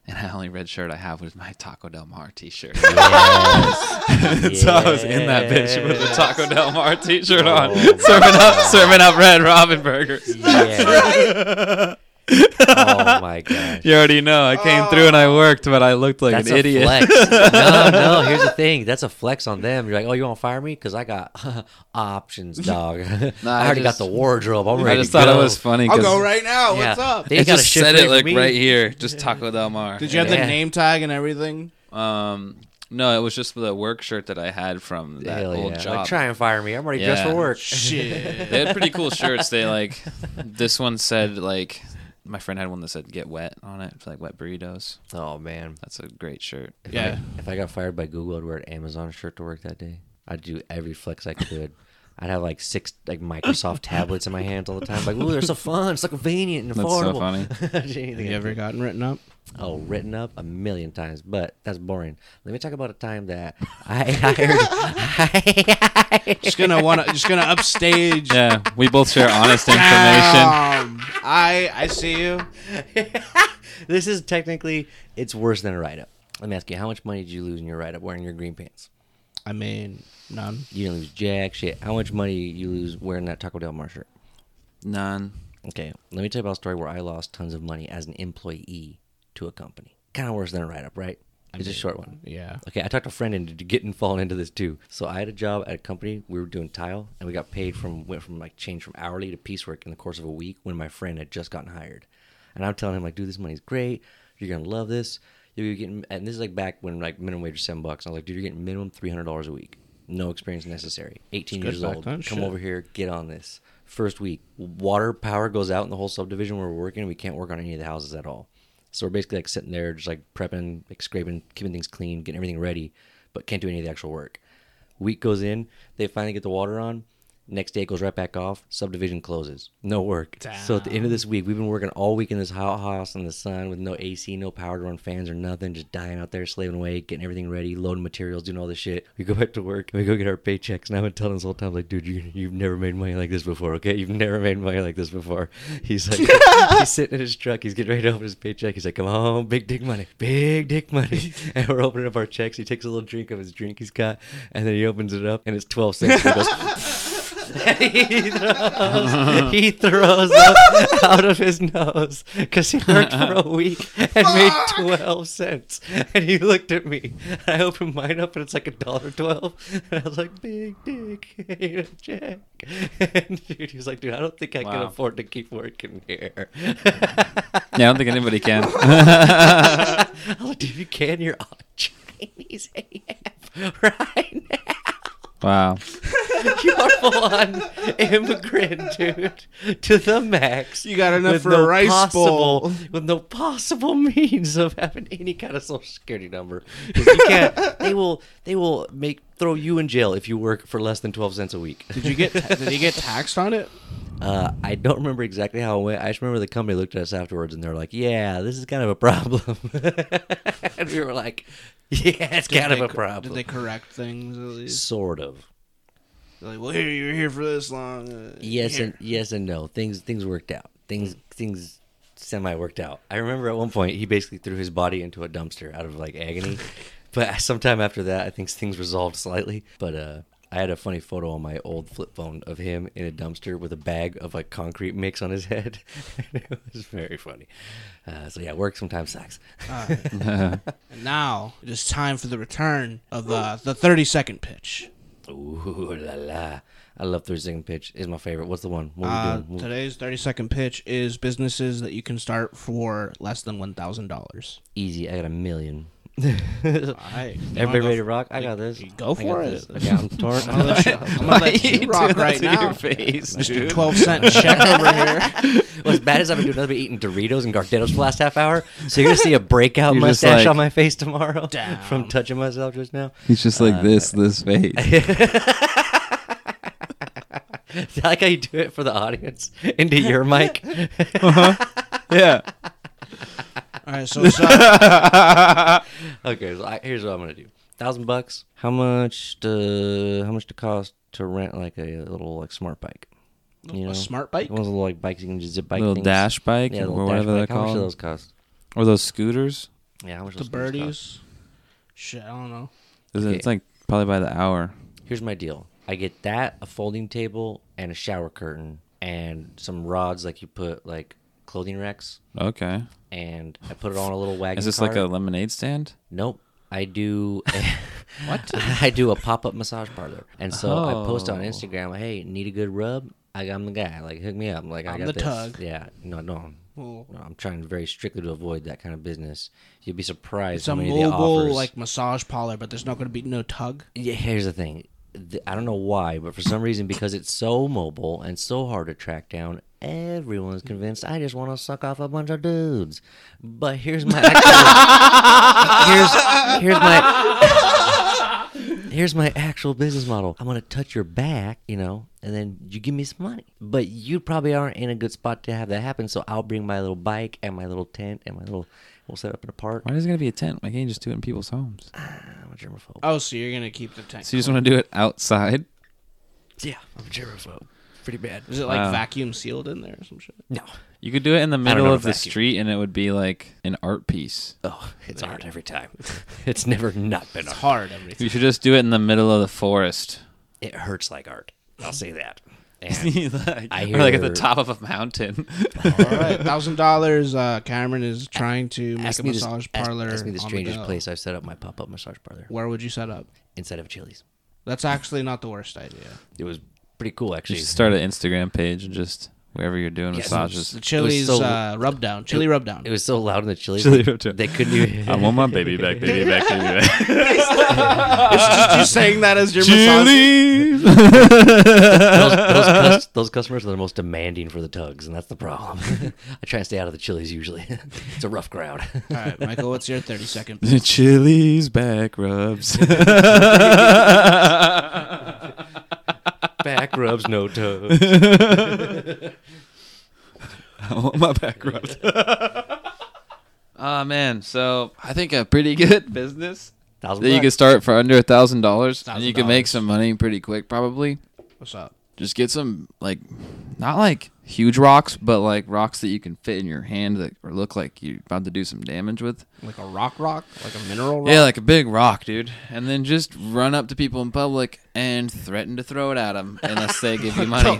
Speaker 3: And the only red shirt I have was my Taco Del Mar t-shirt.
Speaker 4: so I was in that bitch with the
Speaker 2: Yes.
Speaker 4: Taco Del Mar t-shirt on.
Speaker 3: serving up serving up Red Robin burgers.
Speaker 2: oh my gosh.
Speaker 4: You already know. I came through and I worked, but I looked like
Speaker 2: Oh. That's
Speaker 4: an
Speaker 2: a
Speaker 4: idiot.
Speaker 2: flex. no, no. Here's the thing. That's a flex on them. You're like, oh, you want to fire me? Because I got options, dog.
Speaker 3: Nah, I
Speaker 2: I already
Speaker 3: just-
Speaker 2: got the wardrobe. I'm
Speaker 3: I
Speaker 2: ready
Speaker 3: just
Speaker 2: to
Speaker 3: thought
Speaker 2: go.
Speaker 3: it was funny.
Speaker 1: I'll
Speaker 3: 'cause
Speaker 1: go right now.
Speaker 2: Yeah.
Speaker 1: What's up?
Speaker 2: They
Speaker 3: It
Speaker 2: got a
Speaker 3: just
Speaker 2: shift
Speaker 3: said
Speaker 2: ready
Speaker 3: it
Speaker 2: for
Speaker 3: like
Speaker 2: me.
Speaker 3: right here, just Taco Del Mar.
Speaker 1: Did you have the
Speaker 2: Yeah.
Speaker 1: name tag and everything?
Speaker 3: Um, no, it was just the work shirt that I had from that
Speaker 2: Hell
Speaker 3: old
Speaker 2: yeah.
Speaker 3: job.
Speaker 2: Like, try and fire me. I'm already dressed
Speaker 3: Yeah.
Speaker 2: for work.
Speaker 1: Shit.
Speaker 3: they had pretty cool shirts. They like this one said like my friend had one that said "Get Wet" on it, for, like wet burritos.
Speaker 2: Oh man.
Speaker 3: That's a great shirt.
Speaker 1: Yeah.
Speaker 2: If I got fired by Google, I'd wear an Amazon shirt to work that day. I'd do every flex I could. I'd have like six like Microsoft tablets in my hands all the time. Like, ooh, they're so fun, so convenient and
Speaker 3: That's so funny.
Speaker 2: affordable. Anything
Speaker 1: Have you
Speaker 2: I
Speaker 1: ever
Speaker 2: could-
Speaker 1: gotten written up?
Speaker 2: Oh, written up a million times, but that's boring. Let me talk about a time that I hired.
Speaker 1: Just gonna wanna, just gonna upstage.
Speaker 3: Yeah, we both share honest information.
Speaker 1: Damn. I I see you.
Speaker 2: this is technically it's worse than a write up. Let me ask you, how much money did you lose in your write up wearing your green pants?
Speaker 1: I mean, none.
Speaker 2: You didn't lose jack shit. How much money you lose wearing that Taco Del Mar shirt?
Speaker 3: None.
Speaker 2: Okay, let me tell you about a story where I lost tons of money as an employee to a company. Kind of worse than a write up, right? It's a short one.
Speaker 1: Yeah.
Speaker 2: Okay, I talked to a friend into getting falling into this too. So I had a job at a company. We were doing tile, and we got paid from went from like changed from hourly to piecework in the course of a week when my friend had just gotten hired. And I'm telling him like, dude, this money's great. You're gonna love this. You're getting and this is like back when like minimum wage was seven bucks. I was like, dude, you're getting minimum three hundred dollars a week. No experience necessary. 18
Speaker 1: good
Speaker 2: years
Speaker 1: back
Speaker 2: old.
Speaker 1: then,
Speaker 2: Come
Speaker 1: shit.
Speaker 2: over here. Get on this. First week, water power goes out in the whole subdivision where we're working. We can't work on any of the houses at all. So we're basically like sitting there, just like prepping, like scraping, keeping things clean, getting everything ready, but can't do any of the actual work. Week goes in, they finally get the water on. Next day it goes right back off. Subdivision closes. No work. So at the end of this week, we've been working all week in this hot house in the sun with no AC, no power to run fans or nothing, just dying out there, slaving away, getting everything ready, loading materials, doing all this shit. We go back to work and we go get our paychecks. And I've been telling this whole time, like, dude, you, you've never made money like this before, okay? You've never made money like this before. He's like, he's sitting in his truck. He's getting ready to open his paycheck. He's like, come on, big dick money, big dick money. And we're opening up our checks. He takes a little drink of his drink he's got, and then he opens it up, and it's 12 cents. He goes, he throws, he throws up out of his nose because he worked for a week and made 12 cents. And he looked at me. I opened mine up and it's like a dollar 12. And I was like, big dick, Jack. And dude, he was like, dude, I don't think I can
Speaker 3: Wow.
Speaker 2: afford to keep working here.
Speaker 3: Yeah, I don't think anybody can.
Speaker 2: I was like, dude, you can, you're on Chinese AF right now.
Speaker 3: wow.
Speaker 2: you are full on immigrant, dude, to the max.
Speaker 1: You got enough
Speaker 2: with
Speaker 1: for a rice
Speaker 2: possible,
Speaker 1: bowl.
Speaker 2: with no possible means of having any kind of social security number. 'Cause You can't. they will. They will make throw you in jail if you work for less than twelve cents a week.
Speaker 1: Did you get? Did you get taxed on it?
Speaker 2: Uh, I don't remember exactly how it went. I just remember the company looked at us afterwards and they're like, "Yeah, this is kind of a problem," and we were like, "Yeah, it's kind of
Speaker 1: They
Speaker 2: a
Speaker 1: cor-
Speaker 2: problem."
Speaker 1: Did they correct things at least?
Speaker 2: sort of.
Speaker 1: They're like, well, here you're here for this long. Uh,
Speaker 2: Yes
Speaker 1: here.
Speaker 2: and yes and no. Things things worked out. Things things semi worked out. I remember at one point he basically threw his body into a dumpster out of like agony. but sometime after that, I think things resolved slightly. But uh, I had a funny photo on my old flip phone of him in a dumpster with a bag of like concrete mix on his head. it was very funny. Uh, so yeah, work sometimes sucks.
Speaker 1: and now it is time for the return of uh, the 30 second pitch.
Speaker 2: Ooh la la. I love thirty second pitch. Is my favorite. What's the one? What we
Speaker 1: Uh,
Speaker 2: doing? What-
Speaker 1: today's 30 second pitch is businesses that you can start for less than $1,000.
Speaker 2: Easy. I got a million.
Speaker 1: Wanna
Speaker 2: Everybody
Speaker 1: go
Speaker 2: ready
Speaker 1: f-
Speaker 2: to rock? I got this.
Speaker 1: Go
Speaker 2: I
Speaker 1: for
Speaker 2: got
Speaker 1: it.
Speaker 2: this. Okay, I'm torn.
Speaker 1: I'm gonna let you, I'm gonna let you rock right now.
Speaker 4: face,
Speaker 1: Mr.
Speaker 4: dude.
Speaker 1: 12 cent check over here.
Speaker 2: well, as bad as I've been doing, I've been eating Doritos and Gardettos for the last half hour. So you're gonna see a breakout
Speaker 3: You're just
Speaker 2: mustache
Speaker 3: like,
Speaker 2: on my face tomorrow
Speaker 1: "Damn."
Speaker 2: from touching myself just now.
Speaker 3: He's just like
Speaker 2: Uh,
Speaker 3: this, this face.
Speaker 2: I like how you do it for the audience into your mic.
Speaker 3: yeah.
Speaker 1: All right, so what's up?
Speaker 2: okay, so I, here's what I'm gonna do. Thousand bucks. How much? To, how much to cost to rent like a little like smart bike? You know,
Speaker 1: a smart bike?
Speaker 2: One of those little, like bikes you can just zip bike.
Speaker 3: little
Speaker 2: things.
Speaker 3: dash bike
Speaker 2: Yeah,
Speaker 3: or
Speaker 2: little dash
Speaker 3: whatever they're
Speaker 2: bike. How much do
Speaker 3: called.
Speaker 2: those cost?
Speaker 3: Or those scooters.
Speaker 2: Yeah, how much
Speaker 1: The
Speaker 2: those things cost?
Speaker 1: birdies. Shit, I don't know.
Speaker 3: Is it-
Speaker 2: Okay.
Speaker 3: It's like probably by the hour.
Speaker 2: Here's my deal. I get that, a folding table, and a shower curtain, and some rods like you put like clothing racks,
Speaker 3: Okay.
Speaker 2: and I put it on a little wagon.
Speaker 3: Is this like a lemonade stand?
Speaker 2: Nope. I do. what? I do a pop up massage parlor, and so I post on
Speaker 3: Oh.
Speaker 2: Instagram. Hey, need a good rub? I got- I'm the guy. Like hook me up. Like I
Speaker 1: I'm
Speaker 2: got
Speaker 1: the
Speaker 2: this.
Speaker 1: tug.
Speaker 2: Yeah. No, no.
Speaker 1: Well,
Speaker 2: No, I'm trying very strictly to avoid that kind of business. You'd be surprised.
Speaker 1: it's
Speaker 2: how
Speaker 1: a
Speaker 2: many they
Speaker 1: mobile
Speaker 2: offers.
Speaker 1: like massage parlor, but there's not going to be no tug.
Speaker 2: Yeah, here's the thing. Th- I don't know why, but for some reason, because it's so mobile and so hard to track down, everyone's convinced I just want to suck off a bunch of dudes. But here's my actual, here's here's my here's my actual business model. I'm gonna touch your back, you know, and then you give me some money. But you probably aren't in a good spot to have that happen, so I'll bring my little bike and my little tent and my little. We'll set up in a park.
Speaker 3: Why does it gotta be a tent? Why can't you just do it in people's homes?
Speaker 2: I'm a germaphobe.
Speaker 1: Oh, so you're going to keep the tank.
Speaker 3: So you just want to do it outside?
Speaker 2: Yeah, I'm a germaphobe. Pretty bad.
Speaker 1: Is it like
Speaker 3: Wow.
Speaker 1: vacuum sealed in there or some shit?
Speaker 2: No.
Speaker 3: You could do it in the
Speaker 2: know
Speaker 3: middle of
Speaker 2: if I
Speaker 3: the
Speaker 2: can-
Speaker 3: street, and it would be like an art piece.
Speaker 2: Oh, it's hard every time. It's never not been
Speaker 1: It's
Speaker 2: art.
Speaker 1: hard everything.
Speaker 3: You should just do it in the middle of the forest.
Speaker 2: It hurts like art. I'll say that. And
Speaker 3: like,
Speaker 2: I
Speaker 3: or like at the
Speaker 2: hear-
Speaker 3: top of a mountain.
Speaker 1: All right, thousand dollars. Uh, Cameron is trying to make
Speaker 2: ask
Speaker 1: a
Speaker 2: me this,
Speaker 1: massage
Speaker 2: ask-
Speaker 1: parlor.
Speaker 2: ask me the
Speaker 1: on
Speaker 2: strangest
Speaker 1: go.
Speaker 2: place I've set up my pop up massage parlor
Speaker 1: Where would you set up?
Speaker 2: inside of Chili's.
Speaker 1: That's actually not the worst idea.
Speaker 2: It was pretty cool
Speaker 3: you
Speaker 2: actually.
Speaker 3: should start an Instagram page and just wherever you're doing
Speaker 2: Yes,
Speaker 3: massages.
Speaker 1: The Chili's
Speaker 2: so-
Speaker 1: uh, rub down, chili rub down.
Speaker 2: It was so loud in the Chili's
Speaker 3: Chili
Speaker 2: that
Speaker 3: Hotel.
Speaker 2: they couldn't even.
Speaker 3: I want my baby back, baby back, baby back.
Speaker 1: just you saying that as your
Speaker 3: Chili.
Speaker 2: those, those, cus- those customers are the most demanding for the tugs, and that's the problem. I try and stay out of the Chili's usually. it's a rough crowd.
Speaker 1: All right, Michael, what's your thirty second?
Speaker 3: Chili's back rubs.
Speaker 2: Back rubs, no tugs.
Speaker 3: I want my back rubbed. Oh man, so I think a pretty good business
Speaker 2: Thousand
Speaker 3: that you can
Speaker 2: bucks.
Speaker 3: start for under a thousand dollars, and you can
Speaker 1: $1,000.
Speaker 3: make some money pretty quick, probably.
Speaker 1: What's up?
Speaker 3: Just get some like, not like huge rocks, but like rocks that you can fit in your hand that or look like you're about to do some damage with.
Speaker 1: Like a rock, rock, like a mineral rock.
Speaker 3: Yeah, like a big rock, dude. And then just run up to people in public and threaten to throw it at them unless they give you money.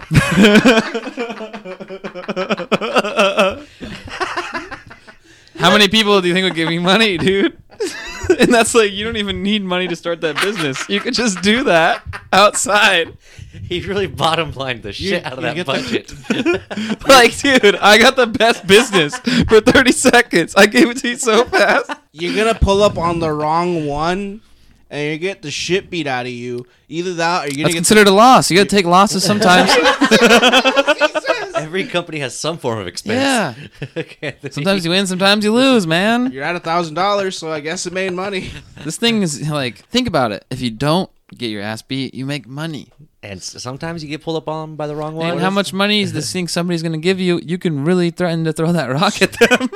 Speaker 3: How many people do you think would give you money, dude? and that's like you don't even need money to start that business. You could just do that outside.
Speaker 2: He really bottom lined the shit out of
Speaker 1: you
Speaker 2: that
Speaker 1: get the-
Speaker 2: budget.
Speaker 3: Like, dude, I got the best business for 30 seconds. I gave it to you so fast.
Speaker 1: You're gonna pull up on the wrong one, and you get the shit beat out of you. Either that, or you're
Speaker 3: That's
Speaker 1: gonna
Speaker 3: considered a loss. You got to take losses sometimes.
Speaker 2: Every company has some form of
Speaker 3: yeah.
Speaker 2: expense. Yeah.
Speaker 3: Sometimes you win, sometimes you lose, man.
Speaker 1: get you're at a thousand dollars, so I guess it made money.
Speaker 3: This thing is like, think about it. If you don't get your ass beat, you make money.
Speaker 2: and s- sometimes you get pulled up on by the wrong one.
Speaker 3: and how much money is this thing somebody's going to give you? You can really threaten to throw that rock at them.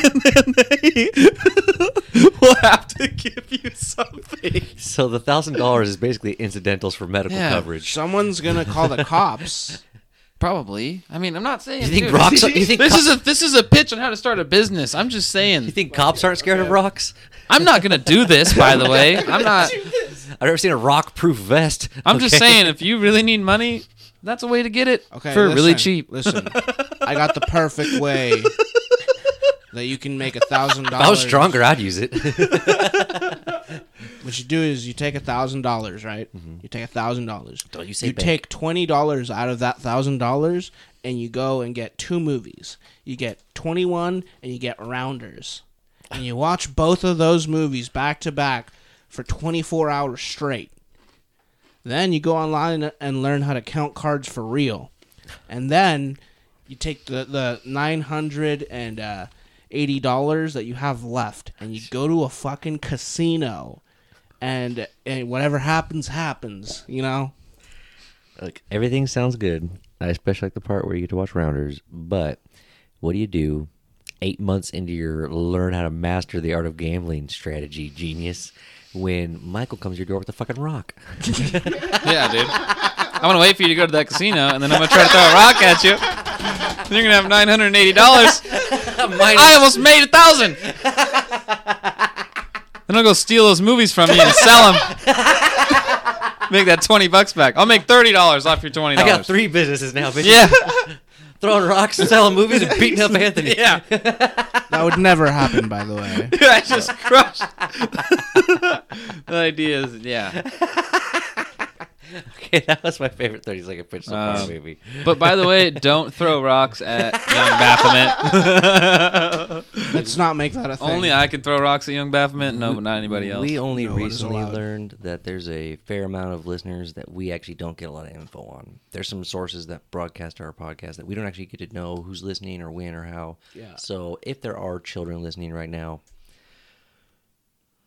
Speaker 3: and then they will have to give you something.
Speaker 2: So the thousand dollars is basically incidentals for medical
Speaker 3: Yeah.
Speaker 2: coverage.
Speaker 1: Someone's gonna call the cops.
Speaker 3: Probably. I mean, I'm not saying.
Speaker 2: You think
Speaker 3: dude,
Speaker 2: rocks are- you think
Speaker 3: this
Speaker 2: co-
Speaker 3: is a this is a pitch on how to start a business. I'm just
Speaker 2: You
Speaker 3: saying.
Speaker 2: think cops aren't scared of rocks?
Speaker 3: I'm not gonna do this. By the way, I'm not.
Speaker 2: I've never seen a rock-proof vest.
Speaker 3: I'm just
Speaker 2: okay?
Speaker 3: saying, if you really need money, that's a way to get it
Speaker 1: Okay,
Speaker 3: for
Speaker 1: listen,
Speaker 3: really cheap.
Speaker 1: Listen, I got the perfect way that you can make a thousand dollars.
Speaker 2: If I was stronger, I'd use it.
Speaker 1: What you do is you take a thousand dollars, right? You take a thousand dollars.
Speaker 2: Don't you say
Speaker 1: you
Speaker 2: bank.
Speaker 1: take twenty dollars out of that thousand dollars and you go and get two movies. You get twenty one and you get rounders. And you watch both of those movies back to back for twenty four hours straight. Then you go online and learn how to count cards for real. And then you take the, the nine hundred and uh eighty dollars that you have left and you go to a fucking casino and and whatever happens happens, you know?
Speaker 2: Look, everything sounds good. I especially like the part where you get to watch rounders. But what do you do eight months into your learn how to master the art of gambling strategy, genius? When Michael comes to your door with a fucking rock,
Speaker 3: yeah, dude. I'm gonna wait for you to go to that casino, and then I'm gonna try to throw a rock at you. Then you're gonna have nine hundred and eighty dollars. I almost made a thousand. Then I'll go steal those movies from you and sell them. make that twenty bucks back. I'll make thirty dollars off your twenty
Speaker 2: I
Speaker 3: dollars.
Speaker 2: got three businesses now, bitch.
Speaker 3: Yeah,
Speaker 2: throwing rocks, selling movies, and beating up Anthony.
Speaker 3: yeah.
Speaker 1: That would never happen by the way.
Speaker 3: I just crushed. the idea is, yeah.
Speaker 2: Okay, that was my favorite thirty second pitch so far,
Speaker 3: Um,
Speaker 2: baby.
Speaker 3: But by the way, don't throw rocks at young Baphomet.
Speaker 1: Let's not make that a thing.
Speaker 3: Only I can throw rocks at young Baphomet. No, but not anybody else.
Speaker 2: We only
Speaker 1: No one is
Speaker 2: recently
Speaker 1: allowed.
Speaker 2: learned that there's a fair amount of listeners that we actually don't get a lot of info on. There's some sources that broadcast our podcast that we don't actually get to know who's listening or when or how.
Speaker 1: Yeah.
Speaker 2: So if there are children listening right now,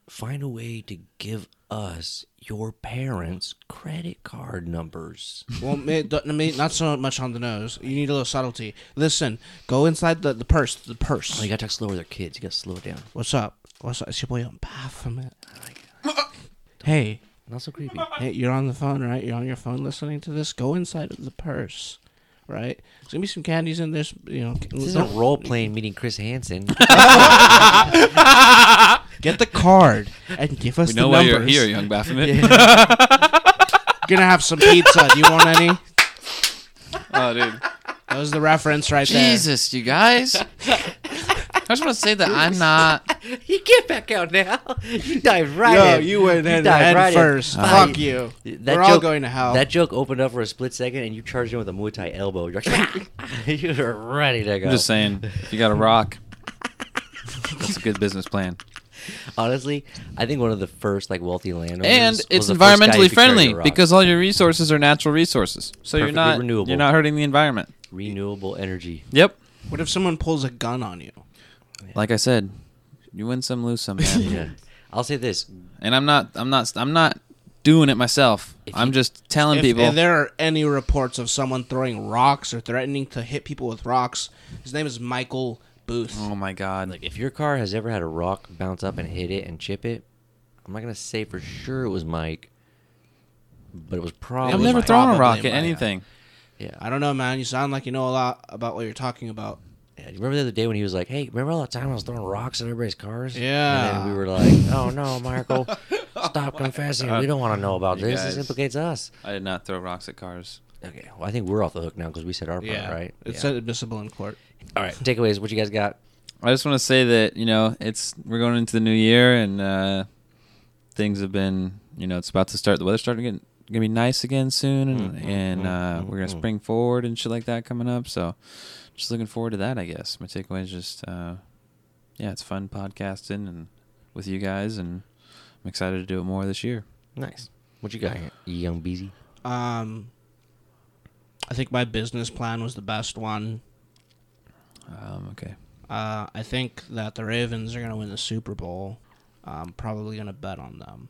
Speaker 2: find a way to give us your parents' credit card numbers.
Speaker 1: Well, may, d- may- not so much on the nose. You need a little subtlety. Listen, go inside the, the purse. The purse.
Speaker 2: oh, you gotta talk slower with their kids. You gotta slow it down.
Speaker 1: What's up? What's up? It's your boy on Baphomet. hey,
Speaker 2: Not so creepy.
Speaker 1: hey, you're on the phone, right? You're on your phone listening to this. Go inside of the purse, right? There's gonna be some candies in this. You know,
Speaker 2: This
Speaker 1: don't-
Speaker 2: isn't role playing meeting Chris Hansen.
Speaker 1: get the card and give us
Speaker 3: We
Speaker 1: the
Speaker 3: know why
Speaker 1: numbers.
Speaker 3: you're here, young Baphomet.
Speaker 1: You're gonna have some pizza. Do you want any?
Speaker 3: Oh, dude.
Speaker 1: That was the reference right there.
Speaker 3: Jesus, you guys. I just want to say that I'm not.
Speaker 2: you get back out now. You dive right
Speaker 1: Yo,
Speaker 2: in.
Speaker 1: you went head,
Speaker 2: dive
Speaker 1: head
Speaker 2: right in.
Speaker 1: first.
Speaker 2: Bye.
Speaker 1: Fuck you.
Speaker 2: That
Speaker 1: We're
Speaker 2: joke,
Speaker 1: all going to hell.
Speaker 2: That joke opened up for a split second, and you charged in with a Muay Thai elbow. You're like, you were ready to go.
Speaker 3: I'm just saying, if you got a rock, that's a good business plan.
Speaker 2: Honestly, I think one of the first like wealthy landowners,
Speaker 3: And
Speaker 2: was
Speaker 3: it's
Speaker 2: the first guy who
Speaker 3: environmentally
Speaker 2: could carry
Speaker 3: friendly
Speaker 2: a rock.
Speaker 3: because all your resources are natural resources. So you're
Speaker 2: Perfectly
Speaker 3: not
Speaker 2: renewable.
Speaker 3: you're not hurting the environment.
Speaker 2: renewable energy.
Speaker 3: Yep.
Speaker 1: what if someone pulls a gun on you?
Speaker 3: Like I said, you win some, lose some, man.
Speaker 2: Yeah, I'll say this:
Speaker 3: And I'm not I'm not I'm not doing it myself.
Speaker 2: If
Speaker 3: I'm
Speaker 2: you-
Speaker 3: just telling
Speaker 1: If,
Speaker 3: people
Speaker 1: if there are any reports of someone throwing rocks or threatening to hit people with rocks, his name is Michael Booth.
Speaker 3: Oh my god.
Speaker 2: like, if your car has ever had a rock bounce up and hit it and chip it, I'm not gonna say for sure it was Mike, but it was probably.
Speaker 3: I've
Speaker 1: was
Speaker 3: never
Speaker 1: my-
Speaker 2: Mike.
Speaker 3: thrown a
Speaker 1: probably
Speaker 3: rock at
Speaker 1: my, uh,
Speaker 3: anything.
Speaker 2: Yeah,
Speaker 1: I don't know, man. You sound like you know a lot about what you're talking about.
Speaker 2: Yeah, do you remember the other day when he was like, "Hey, remember all that time I was throwing rocks at everybody's cars?"
Speaker 1: Yeah.
Speaker 2: And then we were like, "Oh no, Michael, stop confessing. We don't want to know about
Speaker 3: Oh You
Speaker 2: this.
Speaker 3: guys-
Speaker 2: This implicates us."
Speaker 3: I did not throw rocks at cars.
Speaker 2: Okay, well, I think we're off the hook now because we said our part, right?
Speaker 1: It's
Speaker 2: Yeah.
Speaker 1: admissible in court.
Speaker 2: all right. Takeaways: What you guys got?
Speaker 3: I just want to say that you know it's we're going into the new year and uh, things have been you know it's about to start. The weather's starting to get gonna be nice again soon,
Speaker 1: Mm,
Speaker 3: and, and uh, we're gonna spring forward and shit like that coming up. So just looking forward to that. I guess my takeaway is just uh, yeah, it's fun podcasting and with you guys and I'm excited to do it more this year.
Speaker 2: Nice. What you got here, you young Beezy?
Speaker 1: Um, I think my business plan was the best one.
Speaker 3: Um, okay.
Speaker 1: Uh, I think that the Ravens are going to win the Super Bowl. I'm probably going to bet on them.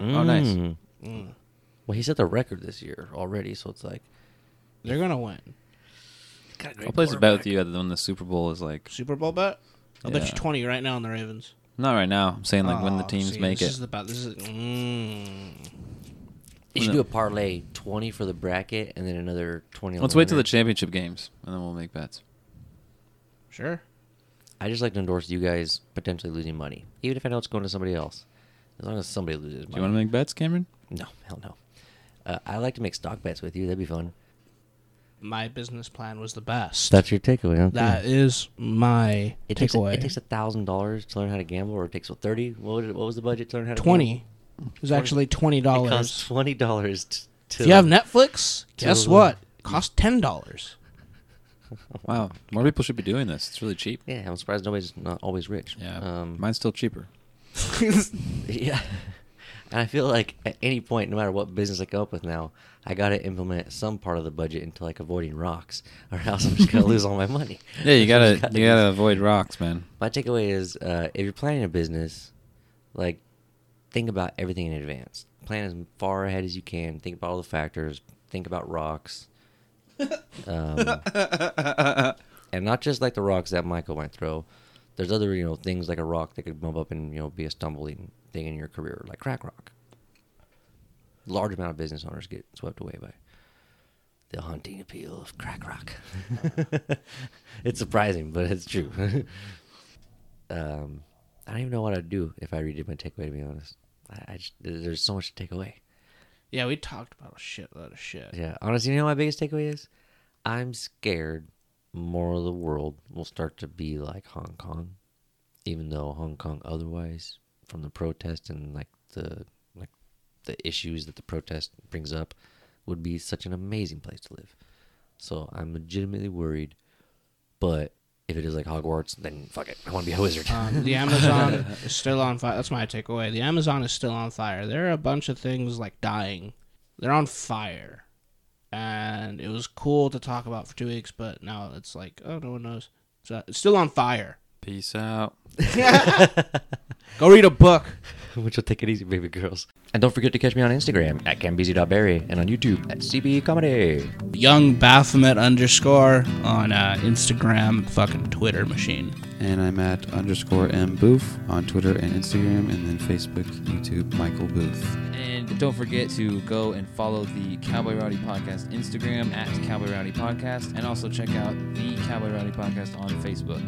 Speaker 3: Oh, nice.
Speaker 2: Mm.
Speaker 1: Mm.
Speaker 2: Well, he set the record this year already, so it's like
Speaker 1: They're going to win.
Speaker 3: I'll place a bet with you other than the Super Bowl is like
Speaker 1: Super Bowl bet? I'll bet
Speaker 3: Yeah.
Speaker 1: you 20 right now on the Ravens.
Speaker 3: not right now. I'm saying like when the
Speaker 1: Oh,
Speaker 3: teams
Speaker 1: see,
Speaker 3: make
Speaker 1: this
Speaker 3: it.
Speaker 1: is the bet. This is mm.
Speaker 2: you should do a parlay twenty for the bracket and then another twenty. on
Speaker 3: Let's wait till the
Speaker 2: winner.
Speaker 3: championship games and then we'll make bets.
Speaker 1: Sure.
Speaker 2: I just like to endorse you guys potentially losing money, even if I know it's going to somebody else. As long as somebody loses
Speaker 3: Do
Speaker 2: money.
Speaker 3: you want to make bets, Cameron?
Speaker 2: No, hell no. Uh, I like to make stock bets with you. That'd be fun.
Speaker 1: My business plan was the best.
Speaker 2: That's your takeaway. Huh?
Speaker 1: That is my
Speaker 2: it takes
Speaker 1: takeaway.
Speaker 2: it takes a thousand dollars to learn how to gamble, or it takes what thirty. What, was it- what was the budget to learn how to
Speaker 1: twenty.
Speaker 2: Gamble?
Speaker 1: It was actually twenty
Speaker 2: It costs
Speaker 1: dollars.
Speaker 2: twenty dollars t- to.
Speaker 1: If you have Netflix, guess
Speaker 2: to-
Speaker 1: what? It costs ten dollars.
Speaker 3: Wow, more people should be doing this. It's really cheap.
Speaker 2: Yeah, I'm surprised nobody's not always rich.
Speaker 3: Yeah,
Speaker 2: Um,
Speaker 3: mine's still cheaper.
Speaker 2: Yeah. And I feel like at any point, no matter what business I come up with now, I got to implement some part of the budget into like avoiding rocks, or else I'm just gonna lose all my money.
Speaker 3: Yeah, you gotta
Speaker 2: Just gotta
Speaker 3: you gotta
Speaker 2: do-
Speaker 3: avoid rocks, man.
Speaker 2: My takeaway is, uh, if you're planning a business, like think about everything in advance. Plan as far ahead as you can. Think about all the factors. Think about rocks, um, and not just like the rocks that Michael might throw. There's other you know things like a rock that could bump up and you know be a stumbling thing in your career, like crack rock. Large amount of business owners get swept away by the haunting appeal of crack rock. it's surprising, but it's true. um, I don't even know what I'd do if I redid my takeaway. To be honest, I, I just, there's so much to take away.
Speaker 1: Yeah, we talked about a shitload of shit.
Speaker 2: Yeah, honestly, you know what my biggest takeaway is? I'm scared more of the world will start to be like Hong Kong, even though Hong Kong otherwise from the protest and like the like the issues that the protest brings up would be such an amazing place to live. So I'm legitimately worried, but if it is like Hogwarts, then fuck it. I want to be a wizard.
Speaker 1: Um, the Amazon is still on fire. That's my takeaway. The Amazon is still on fire. There are a bunch of things like dying. They're on fire. And it was cool to talk about for two weeks, but now it's like, oh, no one knows. So it's still on fire.
Speaker 3: Peace out.
Speaker 1: Go read a book.
Speaker 2: Which will take it easy, baby girls. And don't forget to catch me on Instagram at cambizzi.berry and on YouTube at CBE Comedy.
Speaker 1: Young Baphomet underscore on uh, Instagram, fucking Twitter machine.
Speaker 3: And I'm at underscore m booth on Twitter and Instagram, and then Facebook, YouTube, Michael Booth. And don't forget to go and follow the Cowboy Rowdy Podcast Instagram at Cowboy Rowdy Podcast, and also check out the Cowboy Rowdy Podcast on Facebook.